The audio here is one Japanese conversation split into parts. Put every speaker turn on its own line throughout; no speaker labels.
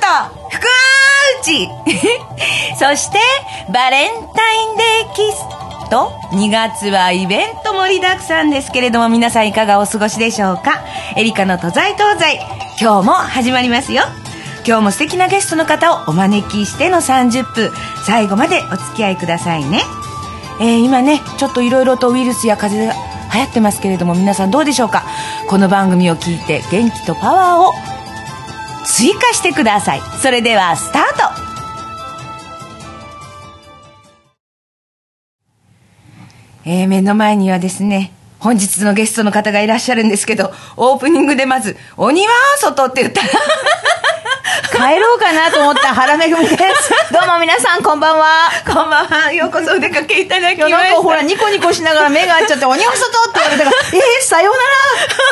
ト福内 そしてバレンタインデーキスと2月はイベント盛りだくさんですけれども皆さんいかがお過ごしでしょうかエリカの都在東西今日も始まりますよ今日も素敵なゲストの方をお招きしての30分最後までお付き合いくださいねえー今ねちょっといろいろとウイルスや風邪が流行ってますけれども皆さんどうでしょうかこの番組を聞いて元気とパワーを追加してくださいそれではスタートえー目の前にはですね本日のゲストの方がいらっしゃるんですけどオープニングでまず「鬼は外」って言ったら
帰ろうかなと思った原めぐみ です。どうも皆さんこんばんは。
こんばんはようこそお出かけいただき
今
ま
日なん
し
か
た
ほらニコニコしながら目が合っちゃって、鬼は外って言われたから、え ー、さよう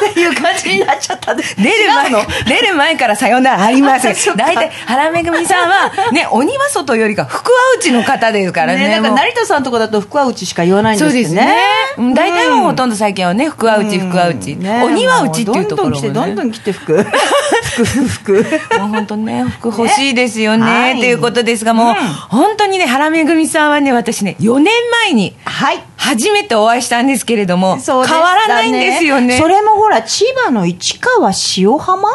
ならっていう感じになっちゃったんで。
出る前の出る前からさよならありません
そっか
大体原めぐみさんはね鬼は外よりか福は内の方ですからね
ね、なんか
もう
成田さんとかだと福は内しか言わないんですけどね。
うん大体もうほとんど最近はね福は内福は内
ね
鬼は内っていうところもね
どんどん来て、どんどん来て 服。服、服、服。
もう本当ね、服欲しいですよね、
はい
ということですが、もう、
うん
本当にね、原めぐみさんはね、私ね、4年前に、
はい。
初めてお会いしたんですけれども、変
そうでしたね
わらないんですよね。
それもほら、千葉の市川塩浜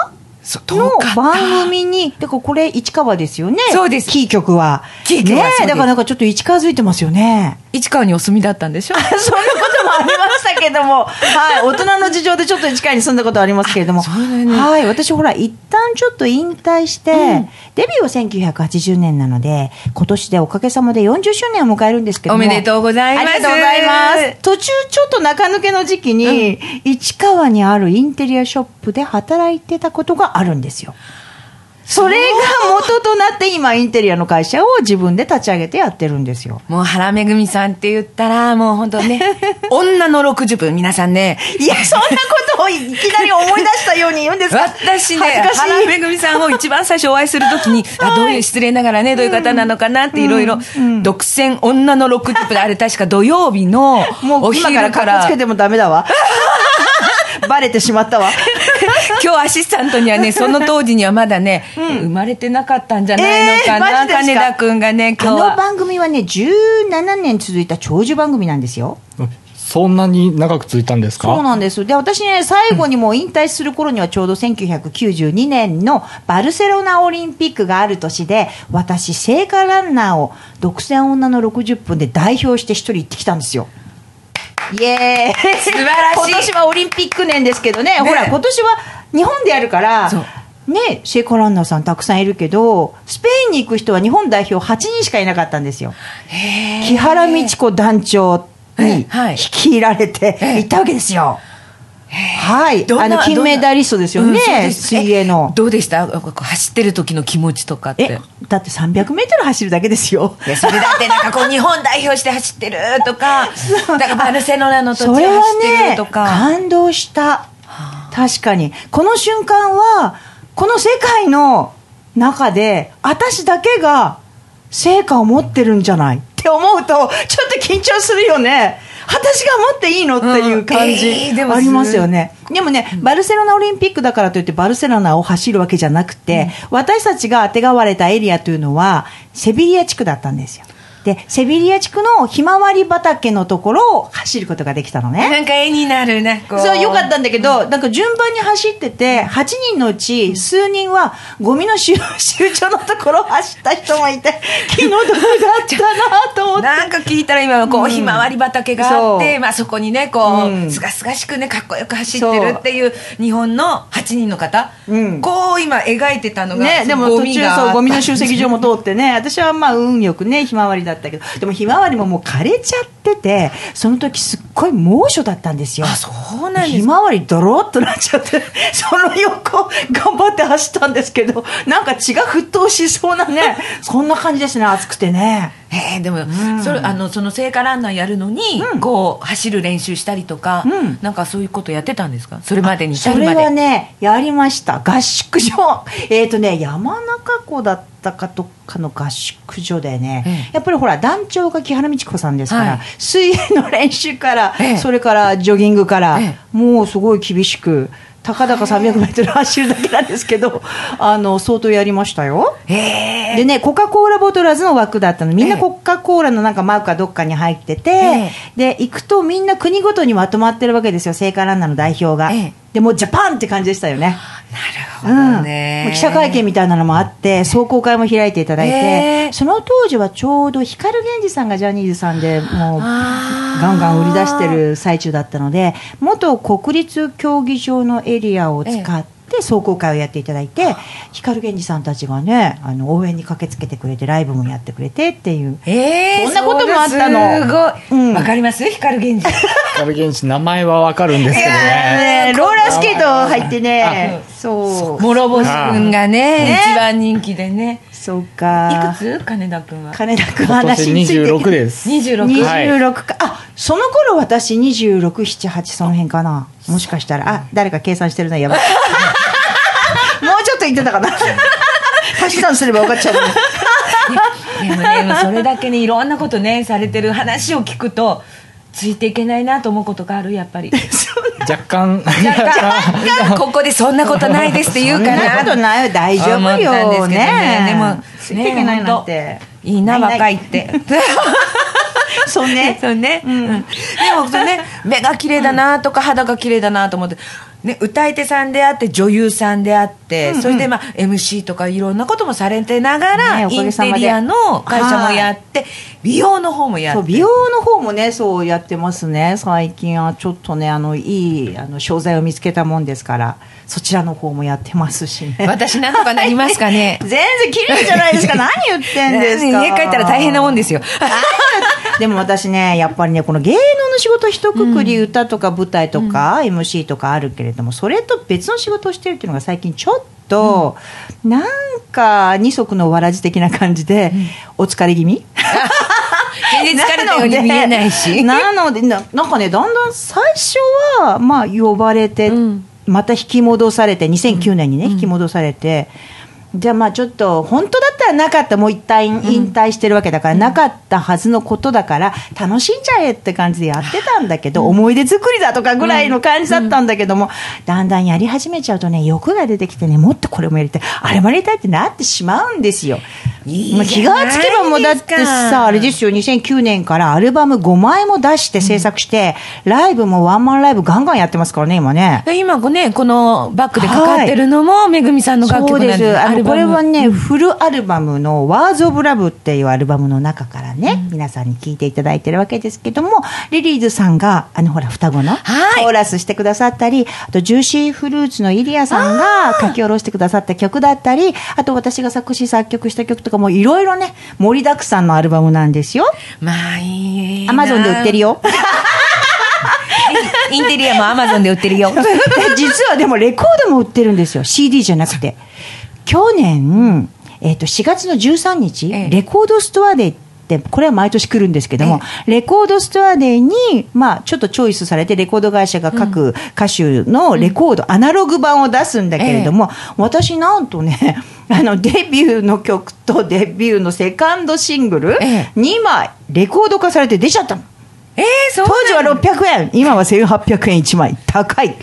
そう遠
の
かった
番組に、だからこれ市川ですよね。
そうです
キー局は。
キー局は
ね
そうです
えだからなんかちょっと市川づいてますよね。
市川にお住みだったんで しょ
そんなこともありましたけども、はい、大人の事情でちょっと市川に住んだことありますけれども、
そうだよね
はい、私ほら、一旦ちょっと引退して、デビューは1980年なので、今年でおかげさまで40周年を迎えるんですけども。
おめでとうございます
ありがとうございます。途中ちょっと中抜けの時期に、市川にあるインテリアショップで働いてたことがあるんですよ。それが元となって今インテリアの会社を自分で立ち上げてやってるんですよ。
もう原めぐみさんって言ったら、もう本当 ね、女の60分、皆さんね、
いや、そんなことをいきなり思い出したように言うんですか
私ね、
恥ずか
原
しい。
めぐみさんを一番最初お会いするとき に、あどういう、失礼ながらね、どういう方なのかなっていろいろ、独占女の6ップで、あれ確か土曜日の
も
お
う今
昼
か
か
らかっこ
ら
つけ、てもダメだわ。バレてしまったわ。
今日アシスタントには ね、その当時にはまだね、生まれてなかったんじゃないのかな、
えーマジです
金
か
田くんがね、
あ
今日
の
は。
番組はね、17年続いた長寿番組なんですよ。
そんなに長く続いたんですか
そうなんです。で、私ね、最後にもう引退する頃にはちょうど1992年のバルセロナオリンピックがある年で、私、聖火ランナーを独占女の60分で代表して一人行ってきたんですよ。イエーイ
素晴らしい
今年はオリンピック年ですけどね、
ね
ほら、今年は日本でやるから
そう、
ね、聖火ランナーさんたくさんいるけど、スペインに行く人は日本代表8人しかいなかったんですよ。木原美智子団長に
はい
率いられて行ったわけですよ。はい、
どん
あ
な
の金メダリストですよ
うん
ね、
そうです
水泳の
え。どうでしたこう走ってる時の気持ちとかっ
え
て。、
だって300メートル走るだけですよ。
いやそれだってなんかこう日本代表して走ってるとか、だからバルセロナの土
そ
地
れ
を
は
走ってる
ね
とか。
感動した確かにこの瞬間はこの世界の中で私だけが成果を持ってるんじゃないって思うとちょっと緊張するよね私が持っていいのっていう感
うんえ
じ
ーでも
ありますよね、でもねバルセロナオリンピックだからといってバルセロナを走るわけじゃなくて、私たちがあてがわれたエリアというのはセビリア地区だったんですよでセビリア地区のひまわり畑のところを走ることができたのね
なんか絵になるね。こう
そう、よかったんだけど、なんか順番に走ってて、8人のうち数人はゴミの収集 所のところを走った人も いて、気の毒だったなと思って。
なんか聞いたら今はこう、
うん
ひまわり畑があって、
そう
まあ、そこにねこ
う
うんすがすがしくねかっこよく走ってるっていう日本の8人の方、
うん
こう今描いてたのが
ね、でも途中そうゴミの集積所
も
も通ってね 私はまあ運よくねひまわりだったけどでもひまわりももう枯れちゃっててその時すっごい猛暑だったんですよ
あそうなんですか
ひまわりドロッとなっちゃって その横頑張って走ったんですけどなんか血が沸騰しそう なねそんな感じですね暑くてね
へえでも、それあのその聖火ランナーやるのに、こう走る練習したりとか、
うん
なんかそういうことやってたんですかそれまでに至
そ
る
れ
まで
はねやりました合宿所 えっ、とね山中湖だったかとかの合宿所でね、
ええ
やっぱりほら団長が木原美智子さんですから、
はい
水泳の練習から、
ええ
それからジョギングから、
ええ
もうすごい厳しくたかだか300メートル走るだけなんですけど、あの、相当やりましたよ。
え
でね、コカ・コーラボトラーズの枠だったの。みん
え
な
え
コカ・コーラのなんかマークがどっかに入ってて、
え
で、行くとみんな国ごとにまとまってるわけですよ、聖火ランナーの代表が。
ええ
で、もうジャパンって感じでしたよね。
ー、なるほどね、
もう記者会見みたいなのもあって、壮行会も開いていただいて、
えー
その当時はちょうど光源氏さんがジャニーズさんでもう、
あー
ガンガン売り出してる最中だったので、元国立競技場のエリアを使って、壮行会をやっていただいて、光源氏さんたちがね、あの応援に駆けつけてくれて、ライブもやってくれてっていう。
えー、
そんなこともあったの
そうすご
う
い。
ん
わ、かります光源 氏。
光源氏名前はわかるんですけどね。
ねローラースケート入ってね、そう。
諸星くんがね、一番人気でね。
そう
い
か。
くつ金田くんは。
金田君
今年
話について
26です。
26
26
はい
か、あその頃私2678その辺かなもしかしたらあ誰か計算してるな やばいもうちょっと言ってたか な足し算すれば分かっちゃうのに
でもね、まあそれだけにいろんなことね、されてる話を聞くと、ついていけないなと思うことがある、やっぱり。
若干。
若干、ここでそんなことないですって言うか
そんな
な。
ことないよ大丈夫
思ったんですけど
よ
ね
ね
でも
ついていけないなんて
いいな、
ないない
若いって。
そうね
そうね。うんでも、そうね、 目が綺麗だなとか、肌が綺麗だなと思って、ね、歌い手さんであって、女優さんであって、そして、まあ、MC とかいろんなこともされてながら、
ねお
イ
か
ン
げさ
テ
まで
リアの会社もやって、美容の方もや
そう
って。
美容の方もねそうやってますね最近はちょっとねあのいいあの商材を見つけたもんですからそちらの方もやってますしね
私なんとかなりますか ね
全然綺麗じゃない ですか何言ってんですか
家帰ったら大変なもんですよ。
でも私ね、やっぱりね、この芸能の仕事一括り、歌とか舞台とか、MC とかあるけれども、それと別の仕事をしてるっていうのが最近ちょっと、なんか二足のわらじ的な感じで、お疲れ気味
全然疲れたように見えないし。
なのでな、なんかね、だんだん最初は、まあ、呼ばれて、
うん
また引き戻されて、2009年にね、引き戻されて、じゃあまあちょっと、本当だったらなかった、もう一旦引退してるわけだから、なかったはずのことだから、楽しんじゃえって感じでやってたんだけど、思い出作りだとかぐらいの感じだったんだけども、だんだんやり始めちゃうとね、欲が出てきてね、もっとこれもやりたい、あれもやりたいってなってしまうんですよ。
いい
まあ気がつけばもうだってさ、あれですよ、2009年からアルバム5枚も出して制作して、ライブもワンマンライブガンガンやってますからね、今ね。
今ね、このバックでかかってるのも、めぐみさんの楽
そう
曲なん
で。
です
あ
ア
の、
ル
こ
バ
れ
ム
はね、フルアルバムの Words of Love っていうアルバムの中からね、皆さんに聴いていただいてるわけですけども、リリーズさんが、あの、ほら、双子の
はい
コーラスしてくださったり、あと、ジューシーフルーツのイリアさんが書き下ろしてくださった曲だったり、あと、私が作詞作曲した曲とかも、いろいろね、盛りだくさんのアルバムなんですよ。
まあいいな。
アマゾンで売ってる
よ。
よ。
インテリアもアマゾンで売って るよ。
実はでもレコードも売ってるんですよ CD じゃなくて去年、えっと4月の13日、
ええ
レコードストアデーってこれは毎年来るんですけども、レコードストアデーに、まあ、ちょっとチョイスされてレコード会社が各歌手のレコード、アナログ版を出すんだけれども、私なんとね あのデビューの曲とデビューのセカンドシングル
ええ
2枚レコード化されて出ちゃったの。
えー、そう
当時は
なの
600円今は1800円1枚 高い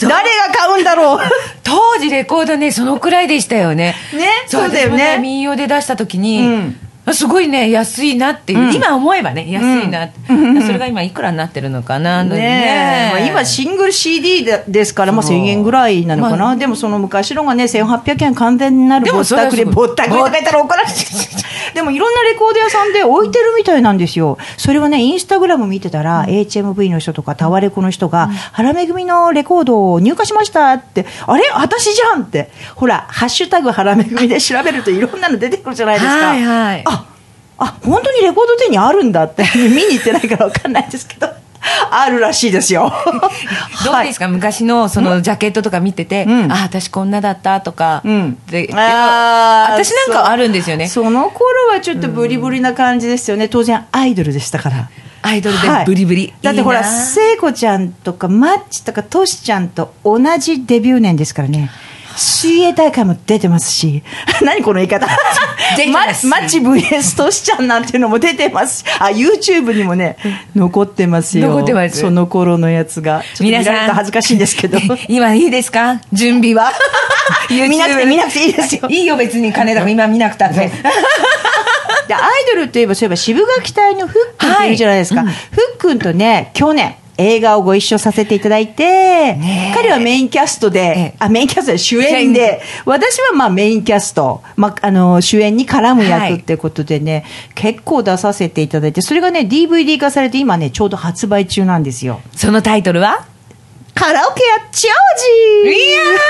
誰が買うんだろう
当時レコードね、そのくらいでしたよね。
ねそうだよね
私も民謡で出した時に、
うん
あすごいね、安いなっていう。
うん
今思えばね、安いなって、それが今いくらになってるのかな、
ねえまあ、今シングル CD でですから、まあ、1000
そう
円ぐらいなのかな、
まあ
でもその昔のがね1800円完全になる
で
ぼ
も
っ
それ
た
は
くり
そう
ぼったくりとか言ったら怒られる でもいろんなレコード屋さんで置いてるみたいなんですよそれはねインスタグラム見てたら、HMV の人とかタワレコの人が、原めぐみのレコードを入荷しましたってあれ私じゃんってほら「ハッシュタグ原めぐみ」で調べるといろんなの出てくるじゃないですか。
はいはい
ああ本当にレコード店にあるんだって見に行ってないから分かんないですけどあるらし いですよ
どうですか、昔のそのジャケットとか見てて、
うん
あ私こんなだったとか、
うん
ででも
あー
私なんかあるんですよね
そうその頃はちょっとブリブリな感じですよね、当然アイドルでしたから
アイドルで
はい
ブリブリ、
だってほ
い
ら
いな
聖子ちゃんとかマッチとかトシちゃんと同じデビュー年ですからね水泳大会も出てますし 何この言い方
出て
マ
ます
マッチ VS トシちゃんなんていうのも出てますしあ YouTube にもね残ってますよ
残ってます
その頃のやつがちょっと見ら
皆
れ
さん
たら恥ずかしいんです けど
今いいですか準備は
見なくて見なくていいですよ
いいよ別に金田君今見なくたって
でアイドルといえばそういえば渋垣隊のふっくんっているじゃないですか、ふっくんとね去年映画をご一緒させていただいて、
ねえ
彼はメインキャストで、
ええ
あメインキャストで主演
主演
で私はまあメインキャスト、まあ、あの主演に絡む役ってことでね、結構出させていただいてそれがね DVD 化されて今ねちょうど発売中なんですよ
そのタイトルは
カラオケやジョージ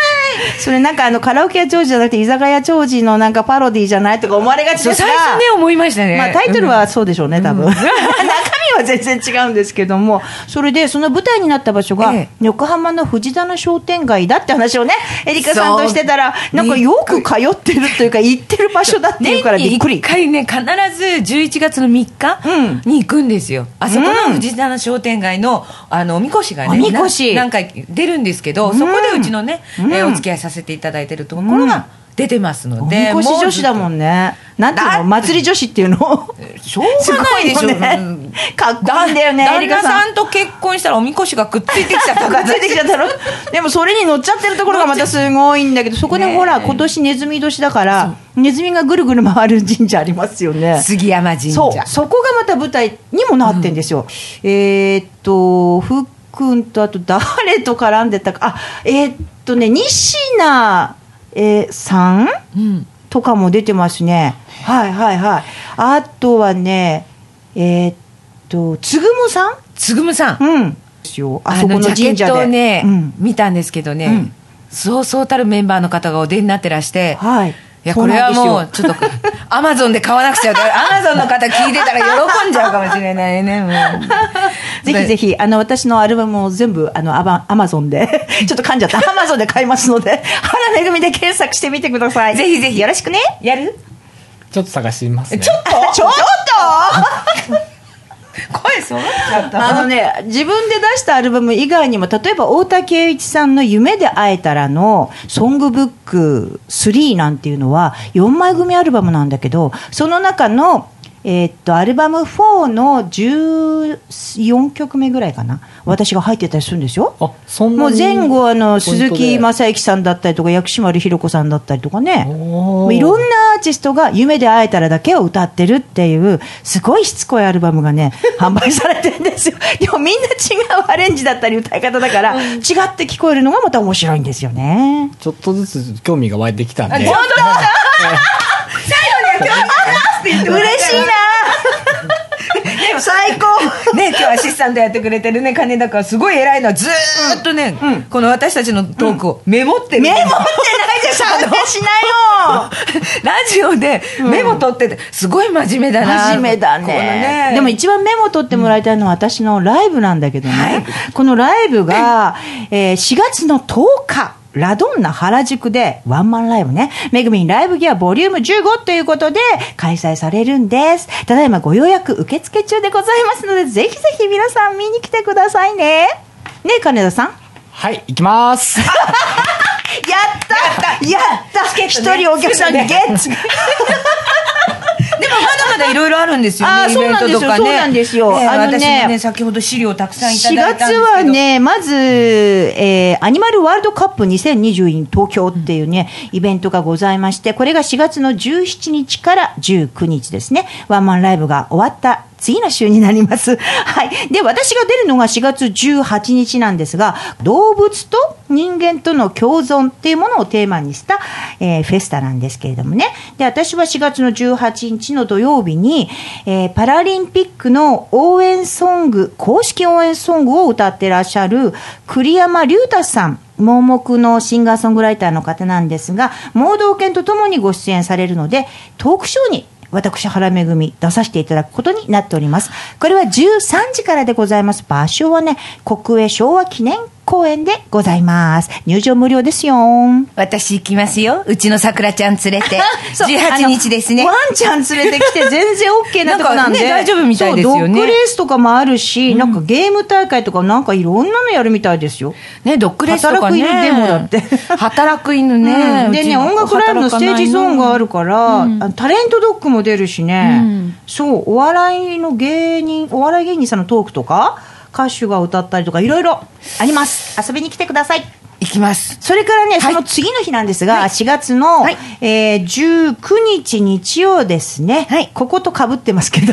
それなんかあのカラオケやジョージじゃなくて居酒屋ジョージのなんかパロディじゃないとか思われがち
そ
で
う
すが
最初ね思いましたね、
まあ、タイトルはそうでしょうね、多分
うん
中身は全然違うんですけどもそれでその舞台になった場所が
ええ
横浜の藤棚商店街だって話をねエリカさんとしてたら
そう
なんかよく通ってるというか行ってる場所だっていうからびっく
年に1。
り
回ね必ず11月の3日に行くんですよ、あそこの藤棚商店街のあのおみこしがね
おみこし
な何回出るんですけど、そこでうちのね、えーお付き合いさせていただいてるところが出てますの
お
で、
みこし女子だも
ね
んね。なんていう
だっ
の
て
祭り女子っていうの
しょうがないでしょ
すごいよね
うん
かっこいいんだよね
だ
エリ
旦
カ
那
さん
さんと結婚したらおみこしがくっついてきちゃった
と
とか
かついてきちゃったろでもそれに乗っちゃってるところがまたすごいんだけどそこでほら今年ネズミ年だからネズミがぐるぐる回る神社あり ますよね。
杉山神
そう
社
そこがまた舞台にもなってんですよ、えーっとふっくんとあと誰と絡んでたかあえーっとね西名、えーさん
うん
とかも出てますねはいはいはいあとはねえーっとつぐもさん
つぐむさん
うんですよあそこの
ジャ
神社
ケ
で
ットをね、
うん
見たんですけどね、
うん
そうそうたるメンバーの方がお出になってらして、
はい
いや
そ
これ
な
は
んですよ
もうちょっとアマゾンで買わなくちゃアマゾンの方聞いてたら喜んじゃうかもしれないねもう
ぜひぜ
ひ
ひ、あの、私のアルバムを全部、あの、アマアマゾン で、ちょっと噛んじゃった。アマゾンで買いますので、原めぐみで検索してみてください。
ぜひぜひ
よろしくね。
やる
ちょっと探してみますね。
ちょっ
声そうなっちゃっ
とあのね、自分で出したアルバム以外にも、例えば、太田圭一さんの夢で会えたらの、ソングブック3なんていうのは、4枚組アルバムなんだけど、その中の、えーっと、アルバム4の14曲目ぐらいかな。私が入ってたりするんですよ。
あ、そん
も
な
う
に
前後あの
ポイン
鈴
トで
木雅之さんだったりとか薬師丸ひろ子さんだったりとかね
おー
もういろんなアーティストが「夢で会えたら」だけを歌ってるっていうすごいしつこいアルバムが ね販売されてるんですよでもみんな違うアレンジだったり歌い方だから違って聞こえるのがまた面白いんですよね。
ちょっとずつ興味が湧いてきたんで。
嬉しいな でも最高
ね、今日アシスタントやってくれてるね金田君はすごい偉いのはずーっとね、この私たちのトークをメモってる、
メモってないで参加しなよ
ラジオでメモ取ってて、すごい真面目だな
真面目だね
この
でも一番メモ取ってもらいたいのは私のライブなんだけどね、このライブが、えー4月の10日ラドンナ原宿でワンマンライブね。めぐみんライブギアボリューム15ということで開催されるんです。ただいまご予約受付中でございますので、ぜひぜひ皆さん見に来てくださいね。ねえ、金田さん。や
はい、行きます。
ったやった一、
チケットね
人お客さんゲッツ
でもまだまだいろいろあるんですよね
あー
イベントとかね
そうなんですよそうなんですよ
ええ
あ
私
のね
もね先ほど資料たくさんいた
4
だいたんです
月
けど
はね、まず、えーアニマルワールドカップ 2020in 東京っていうね、イベントがございまして、これが4月の17日から19日ですね、ワンマンライブが終わった次の週になります。 はい。で、私が出るのが4月18日なんですが、動物と人間との共存っていうものをテーマにした、えーフェスタなんですけれどもね。で、私は4月の18日の土曜日に、えーパラリンピックの応援ソング、公式応援ソングを歌ってらっしゃる栗山龍太さん。盲目のシンガーソングライターの方なんですが、盲導犬とともにご出演されるので、トークショーに私、原めぐみ出させていただくことになっております。これは13時からでございます。場所はね、国営昭和記念公演でございます。入場無料ですよ。
私行きますよ。うちの桜ちゃん連れて。18日ですね
ワ。ンちゃん連れてきて全然 OK なとこなんで。
なんかね大丈夫みたいですよね
そうドッグレースとかもあるし、なんかゲーム大会とかなんかいろんなのやるみたいですよ。
ね、ドッグレスとかね。
働く犬デモだって
働く犬ね。
うんでね、音楽ライブのステージゾーンがあ
る。
るから、あのタレントドッグも出るしね、
うん
そう、お笑いの芸人、お笑い芸人さんのトークとか、歌手が歌ったりとか、いろいろあります。遊びに来てください。
行きます。
それからね、
はい
その次の日なんですが、
はい
4月の、
はい
えー19日日曜ですね、
はい
こことかぶってますけ ど。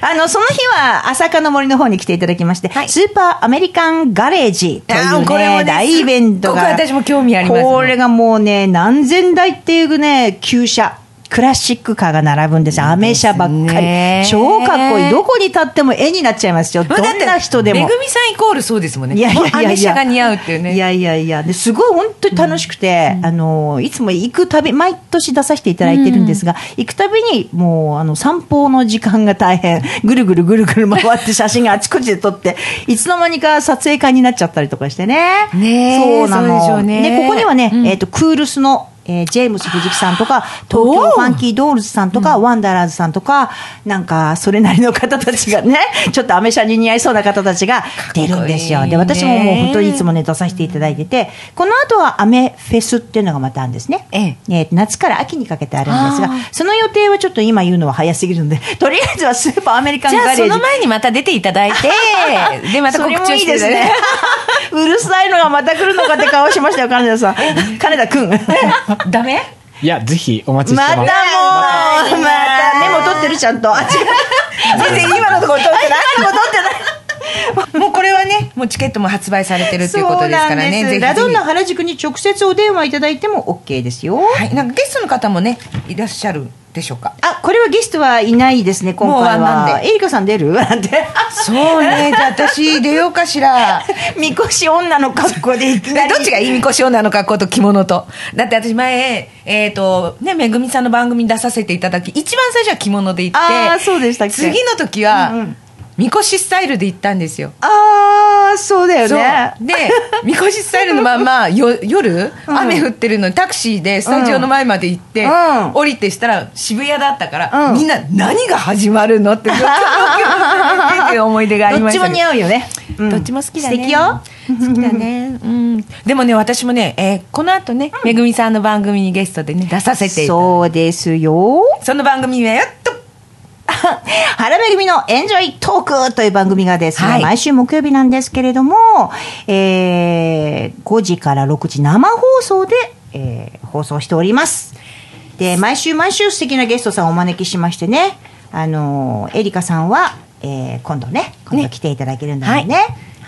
あのその日は朝霞の森の方に来ていただきまして、
はい
スーパーアメリカンガレージとい
あ
う、
ー
ね、
これもね
大イベントが
すっごく私も興味あります
これがもうね何千台っていうね旧車クラシックカーが並ぶんですよアメ車ばっかり、
ね
超かっこいいどこに立っても絵になっちゃいますよどん
だって
な人でも
めぐみさんイコールそうですもんね。
いやいやいやい
ア
や
メ車が似合うっていうね。
いやいやいや、ですごい本当に楽しくて、あのいつも行くたび、毎年出させていただいてるんですが、行くたびに、もうあの散歩の時間が大変、ぐるぐるぐるぐる回って、写真があちこちで撮って、いつの間にか撮影会になっちゃったりとかしてね、
ねえ
そうなの
そうでしょうね
ここにはね、えっとクールスのえージェームス藤木さんとか、東京ファンキードールズさんとか、ワンダーラーズさんとか、なんか、それなりの方たちがね、ちょっとアメ車に似合いそうな方たちが出るんですよ。で、
かっこいいね
私ももう本当にいつもね、出させていただいてて、この後はアメフェスっていうのがまたあるんですね。
ええ
ー夏から秋にかけてあるんです
あ
が、その予定はちょっと今言うのは早すぎるんで、 とりあえずはスーパーアメリカン
じゃ
ガレ
あ
ー
そ
ジ
の前にまた出ていただい て、 でまた
そ
告
れ
知を
もい
し
い
て
ですね。 うるさいのがまた来るのかって顔しましたよ、金田さん。金田 くん。ま
ダメ
いや、ぜひお待ちして
たもう、
ま。
ますたメモ取ってるちゃ んと。あ、違う。全然今のところ取ってない。 今のとこ取ってない。もうこれはね。
もうチケットも発売されてるっていうこ
そ
と
う
ですから
な
ね。
ん
ぜ
で
ひぜ
す。
ひ
ラドンナ原宿に直接お電話いただいても OK ですよ。
はい、なんかゲストの方もね、いらっしゃるでしょうか。
あ、これはゲストはいないですね、今
もうワ
回
ンマンで
は。エリカさん出るなんて。
そうね、 じゃあ私出ようかしら。
みこし女の格好でいき
で
なり。
どっちがいいみこし女の格好と着物と。だって私前、えっ、と、ね、めぐみさんの番組に出させていただき、一番最初は着物で行って、
あーそうでしたっけ
次の時は、
うんうん
みこしスタイルで行ったんですよ。
あー、そうだよ
そう
ね。
で、みこしスタイルのまん ま、よ夜、
うん
雨降ってるのに、タクシーでスタジオの前まで行って、
うん
降りてしたら、渋谷だったから、
うん
みんな、何が始まるのって、ずっと 驚く思い出があり
ど
ま
っ
し
ち
た
も
けど
似合うよね。うん
どっちも好きだね
素敵よ。
好きだ ねうんでもね私もね、えーこの後ね、めぐみさんの番組にゲストでね出させてそう
そうですよ。
その番組はやっと
原めぐみのエンジョイトークという番組がですね、
はい
毎週木曜日なんですけれども、えー5時から6時生放送で、えー放送しております。で、毎週毎週素敵なゲストさんをお招きしましてね、あのーエリカさんは、えー今度ね、今度来ていただけるのでね。はい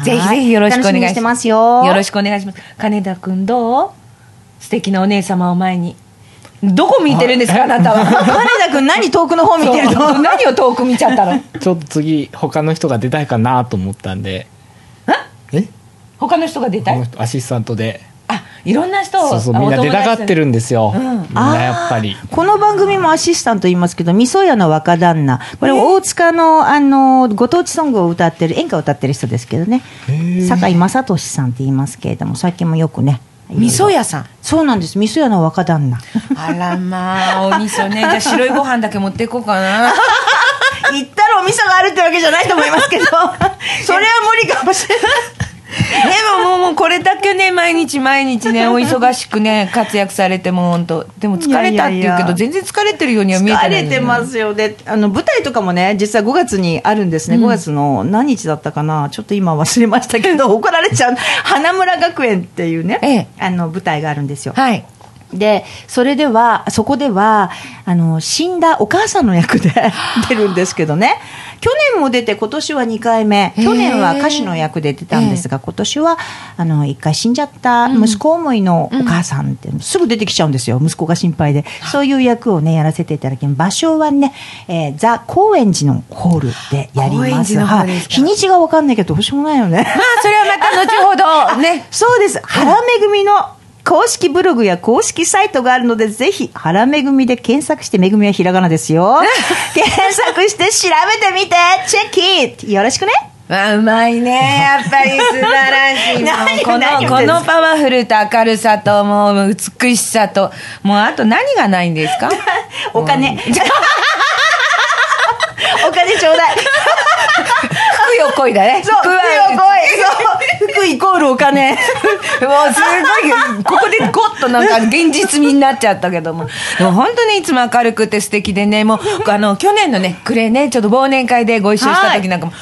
ぜひぜひよろしくお願いしま
楽みに
す
してますよ。
よろしくお願いします金田君どう素敵なお姉様を前にどこ見てるんですかあなた は
金田くん何遠くの方見てると
そう何を遠く見ちゃったの
ちょっと次、他の人が出たいかなと思ったんで。え
他の人が出た
この
い
人アシスタントで。
あいろんな人を
そうそう、みんな出たがってるんですよ。みんなやっぱり。
この番組もアシスタント言いますけど、みそやの若旦那。これ、大塚の、あの、ご当地ソングを歌ってる、演歌を歌ってる人ですけどね。坂井正俊さんって言いますけれども、最近もよくね。
味噌屋さん
そうなんです。みそやの若旦 那。
あらまあお味 噌ねじゃあ白いご飯だけ持っていこうかな
行ったらお味噌があるってわけじゃないと思います けど、それは無理かもしれない。
でももうもうこれだけね毎日毎日ねお忙しくね活躍されても本当でも疲れたって言うけ
いやいやい
ど
や
全然疲れてるようには見えてない
疲れてますよね。あの、舞台とかもね、実は5月にあるんですね。5月の何日だったかな。ちょっと今忘れましたけ ど、怒られちゃう。花村学園っていうね、
ええ
あの、舞台があるんですよ。
はい
で、それでは、そこでは、あの、死んだお母さんの役で 出るんですけどね。去年も出て、今年は2回目。
へー
去年は歌手の役で出たんですが、今年は、あの、1回死んじゃった息子思いのお母さんって、すぐ出てきちゃうんですよ。息子が心配で。そういう役をね、やらせていただきます。場所はね、えーザ・高円寺のホールでやりま
高
す。
円寺のホール
は
で
い
すか
日にちがわかんないけど、どうしようもないよね。
まあそれはまた後ほ どね
そうです。原めぐみの公式ブログや公式サイトがあるので、ぜひ、原めぐみで検索して、めぐみはひらがなですよ。検索して調べてみて、チェックイットよろしくね
わあうまいねやっぱり素晴ら しいもうこ
何を何を
のこのパワフルと明るさともう美しさともうあと何がないんです か
お金、お金ちょうだい
服よこいだね
そう服
は
よこいそう服イコールお金
もうすごいここでゴッとなんか現実味になっちゃったけどもでも本当にいつも明るくて素敵でねもうあの去年のね暮れねちょっと忘年会でご一緒した時なんかも、も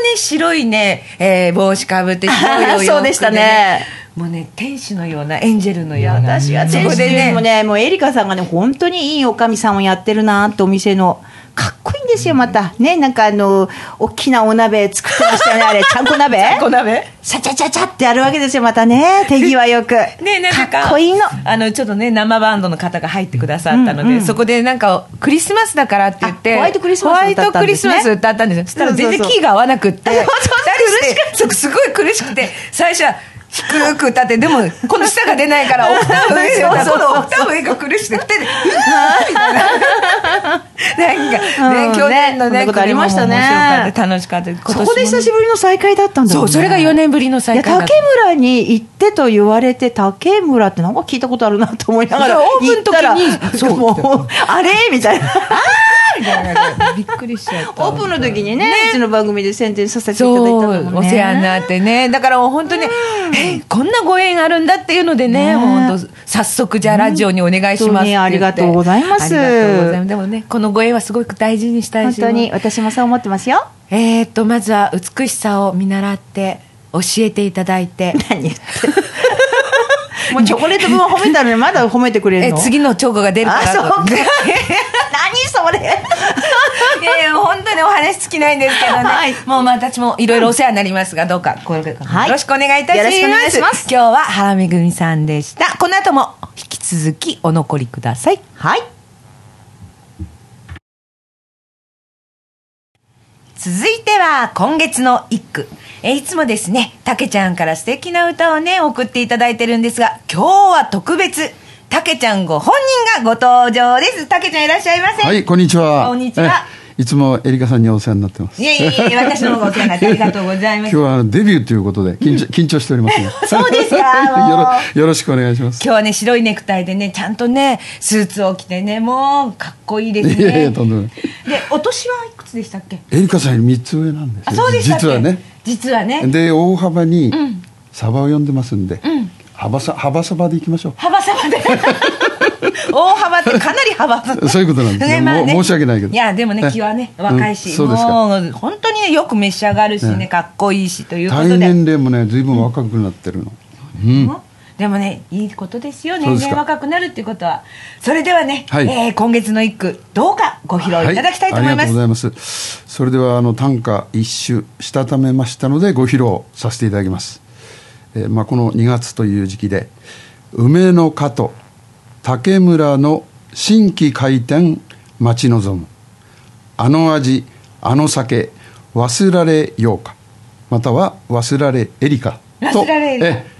うね白いね、えー帽子かぶ って白いお洋服で、
そうでしたね
もうね天使のようなエンジェルのような
私は
そ
先
こで
週も
ね
ねもうエリカさんがね本当にいいおかみさんをやってるなってお店のかっこいいんですよまたねなんかあの大きなお鍋作ってましたよねあれちゃんこ鍋
こ鍋
ちゃちゃちゃちゃってやるわけですよまた ね手際よく
ねなんか
かっこいいの
あのちょっとね生バンドの方が入ってくださったので、
うんうん
そこでなんかクリスマスだからって言って
あホワイトクリスマス
ホワイトクリスマス歌ったんですよそしたら全然キーが合わなくって
そうそうそう
そうすごい苦しくて最初は低く歌ってでもこの下が出ないからオクターブ上が
そ
こ
うそうそう
のオクターブ上が苦しくて手で「うわーみたいななんかね、
うん
去年の
ねそんな
ね
ことありましたね
これも面白かった楽しかった今年も
そ
ね
こで久しぶりの再会だったんだもんね
そうそれが4年ぶりの再会
い
だ
や
った
竹村に行ってと言われて竹村ってなんか聞いたことあるなと思いながら
そうオープンの時に
行ったら
そう
もう あれみたいな
みたいなびっくりしちゃった
オープンの時にねうちの番組で宣伝させていただいたんだもんね
そうお世話になってねだからもう本当に、えこんなご縁あるんだっていうのでね
ね
もう本当早速じゃあラジオにお願いし
本
ますって
当に
言って
ありがとうございます
ありがとうございますでもねこのご縁はすごく大事にしたい
本
し
当に私もそう思って ますよ
えー、っとまずは美しさを見習って教えていただい て
何言ってもうチョコレート分は褒めたのにまだ褒めてくれ
え
るの
次のチョコが出るか
あ
ら
そう か 何
い
それ
や いや本当にお話尽きないんですけどね、
はい
もうまあ私もいろいろお世話になりますがどうかこれからも
はい
よろしくお願いいたし
よ
ま
ろし
す,、
くお願いします
今日は原めぐみさんでしたこの後も引き続きお残りください
はい
続いては今月の一句えーいつもですねたけちゃんから素敵な歌をね送っていただいてるんですが今日は特別たけちゃんご本人がご登場ですたけちゃんいらっしゃいませ
はい、こんにちは。
こんにちは
え。いつもエリカさんにお世話になってます。
いえいえいえ私の方がお世話になってありがとうございます
今日
今
はあのデビューということで緊張,、緊張しておりますね。
そうですか
よろよろしくお願いします。
日はね白いネクタイでねちゃんとねスーツを着てねもうかっこいいですね
いやいやとんでもない
でお年はいくつでしたっけ
エリカさんより三つ上なんですよ。
あそうでしたっけ
実はね。
実はね
で大幅にサバを呼んでますんで、幅さ幅サバでいきましょ
幅幅 で大幅ってかなり幅
う。そういうことなんですね。もう申し訳ないけど。
いやでもね
え
気はね若いし、
うんそうですか。
もう本当にねよく召し上がるしね、かっこいいしということ
体
で、
年齢もね、ずいぶん若くなってるの。
うんでもねいいことですよ
そ
年
うですか
々若くなるっていうことはそれではね、
はい
えー今月の一句どうかご披露いただきたいと思い
はあ
ま
り
す、
がとうございますそれではあの短歌一首したためましたのでご披露させていただきます、えーまあ、この2月という時期で梅の花と竹村の新規開店待ち望むあの味あの酒忘られようかまたは忘られエリカと
忘られエリカ
ええー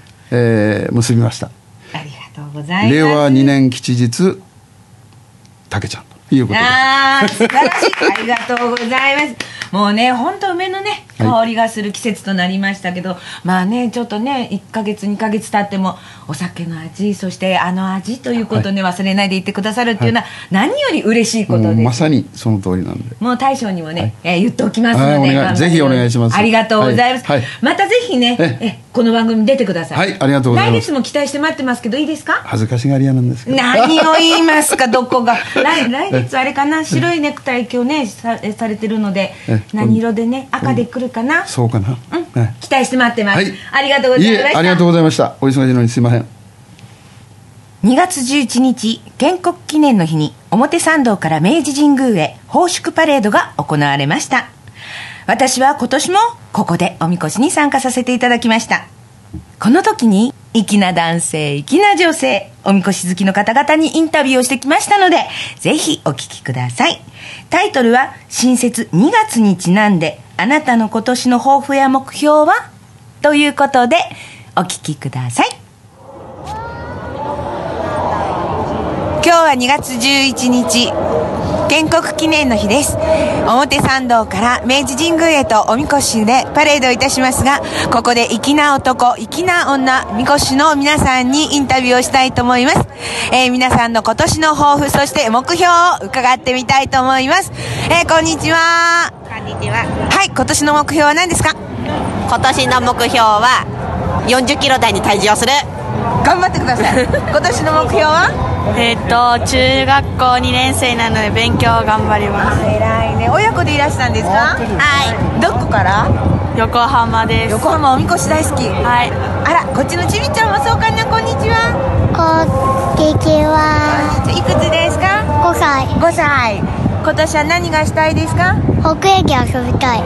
結びました
ありがとうございます
令和2年吉日竹ちゃんということで
ああ素晴らしいありがとうございますもうね本当梅のね
はい
香りがする季節となりましたけど、まあねちょっとね1ヶ月2ヶ月経ってもお酒の味そしてあの味ということね、忘れないでいてくださるっていうのは、何より嬉しいこと
もう
で
ますさにその通りなんで
もう大将にもね、えー言っておきますの
はい
で
お願い
頑張り
ぜひお願いします
ありがとうございます、
はいはい
またぜひね
え
えこの番組出てください
はいありがとうございます
来月も期待して待ってますけどいいですか
恥ずかしがり屋なんですけど
何を言います かどこが来来月あれかな白いネクタイ今日ねさえされてるので
え
何色でね赤で来るかな、
そうかな、
うん
ね
期待して待ってます、
はい
ありがとうございました
えありがとうございましたお忙しいのにすいません
2月11日建国記念の日に表参道から明治神宮へ奉祝パレードが行われました私は今年もここでおみこしに参加させていただきましたこの時に粋な男性粋な女性おみこし好きの方々にインタビューをしてきましたのでぜひお聞きくださいタイトルは「新設2月にちなんであなたの今年の抱負や目標は?」ということでお聞きください今日は2月11日建国記念の日です。表参道から明治神宮へとおみこしでパレードいたしますが、ここで粋な男、粋な女、みこしの皆さんにインタビューをしたいと思います。えー皆さんの今年の抱負、そして目標を伺ってみたいと思います。えーこんにちは。
こんにちは。
はい、今年の目標は何ですか
今年の目標は40キロ台に退治をする。
頑張ってください。今年の目標は
えっ、と中学校2年生なので勉強を頑張ります
偉いね。親子でいらしたんですか
は
どこから
横浜です
横浜おみこし大好き
はい
あらこっちのちびちゃんもそうかなこんにちは
こんにちは。
いくつですか
5歳。
5歳今年は何がしたいですか
北駅遊びたい。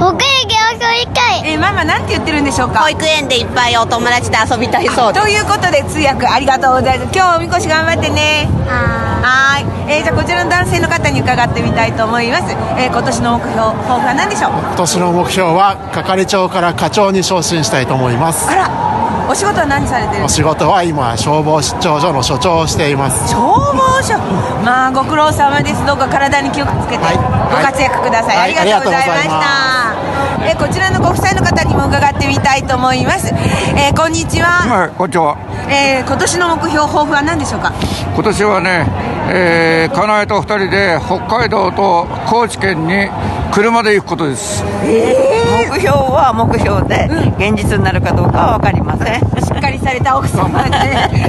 北駅遊びたい。
えーママなんて言ってるんでしょう
い。
か
保育園でいっぱいお友達と遊びたいそうです。
ということで通訳ありがとうございます今日おみこし頑張ってね
あ
はーい、えーじゃあこちらの男性の方に伺ってみたいと思います、えー今年の目標抱負は何でしょう
今年の目標は係長から課長に昇進したいと思います
あらお仕事は何されてるん
お
ですか
仕事は今消防出張所の所長をしています
消防署まあご苦労様ですどうか体に気をつけて、
はい
ご活躍ください、
はい
ありがとうございました、えこちらのご夫妻の方にも伺ってみたいと思います、えーこんにちは、
はい、こんにちは。
えー今年の目標抱負は何でしょうか
今年はね、えー、家内と二人で北海道と高知県に車で行くことです。
目標は目標で、現実になるかどうかは分かりません。
しっかりされた奥様で、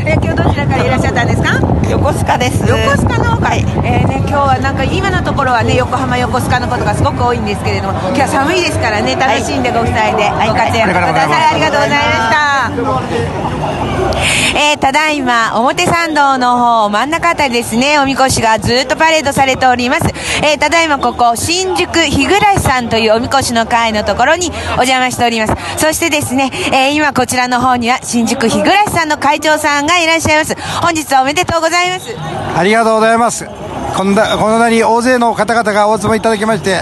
えー今日どちらからいらっしゃったんですか
横須賀です。
横須賀の方から、えーね、今日はなんか今のところはね横浜横須賀のことがすごく多いんですけれども今日は寒いですからね楽しんでご夫妻でご活躍ください、ありがとうございました、えーただいま表参道の方真ん中あたりですねおみこしがずっとパレードされております、えーただいまここ新宿日暮さんというおみこしの会のところにお邪魔しておりますそしてですね、えー今こちらの方には新宿日暮さんの会長さんがいらっしゃいます本日はおめでとうございます
ありがとうございます。こんな、こんなに大勢の方々がお集まりいただきまして、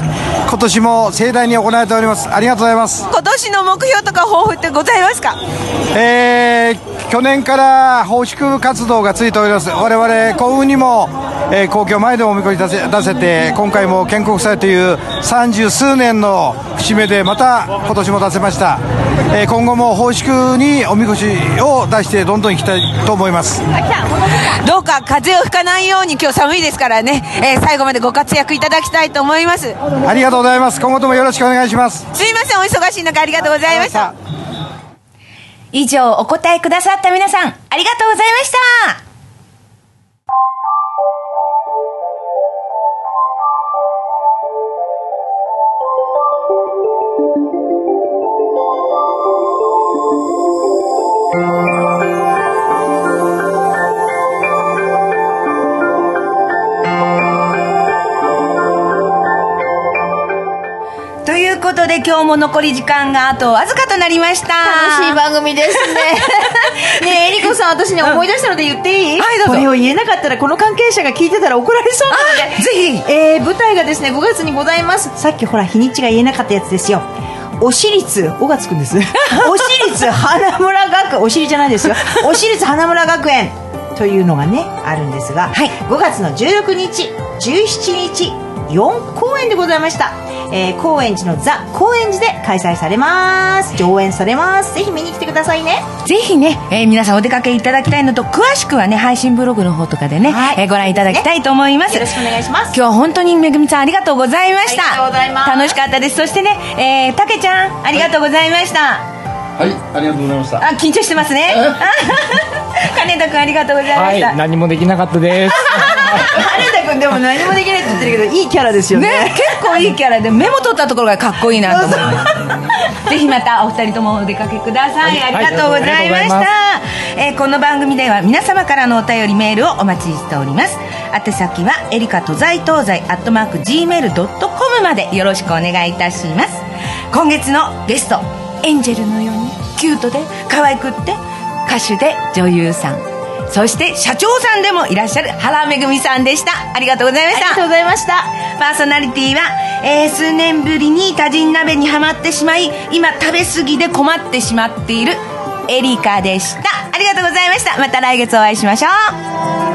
今年も盛大に行われております。ありがとうございます。
今年の目標とか抱負ってございますか
えー、去年から奉祝活動がついております。我々、幸運にも、えー、皇居前でおみこし出せ出せて、今回も建国祭という三十数年の節目で、また今年も出せました。えー、今後も奉祝におみこしを出して、どんどん行きたいと思います。
どうか風邪をひかないように今日寒いですからね、えー最後までご活躍いただきたいと思いますすいま
ありがとうございます。今後ともよろしくお願いします。
せんお忙しい中ありがとうございました以上お答えくださった皆さんありがとうございましたということで今日も残り時間があとわずかとなりました
楽しい番組です ねねええりこさん私ね思い出したので言っていい
はいどうぞ
これを言えなかったらこの関係者が聞いてたら怒られそうなので
ぜ
えー舞台がですね5月にございますさっきほら日にちが言えなかったやつですよお私立おがつくんです お私立花村学園お尻じゃない ですよお私立花村学園というのがねあるんですが、
はい
5月の16日17日4公演でございました、えー、高円寺のザ・高円寺で開催されます上演されますぜひ見に来てください ね
ひぜひね、えー皆さんお出かけいただきたいのと詳しくはね配信ブログの方とかでね、
はい
えーご覧いただきたいと思います、
よろしくお願いします
今日本当にめぐみさんありがとうございました
ありがとうございます
楽しかったですそしてねえーたけちゃんありがとうございました、
はいありがとうございました
あ緊張してますね 金田君ありがとうございま
は
し
い
た、
何もできなかったです
羽田君でも何もできないって言ってるけどいいキャラですよね
ね、結構いいキャラで目も取ったところがかっこいいなと思ってぜひまたお二人ともお出かけください、
はい
ありがとうございました、
はい
えーこの番組では皆様からのお便りメールをお待ちしております宛先はエリカ東西東西アットマーク Gmail.com までよろしくお願いいたします今月のゲストエンジェルのようにキュートで可愛くって歌手で女優さんそして社長さんでもいらっしゃる原めぐみさんでしたありがとうございま
あ
し
り
た
がとうございました
パーソナリティは、えー数年ぶりに多人鍋にはまってしまい今食べ過ぎで困ってしまっているエリカでしたありがとうございましたまた来月お会いしましょう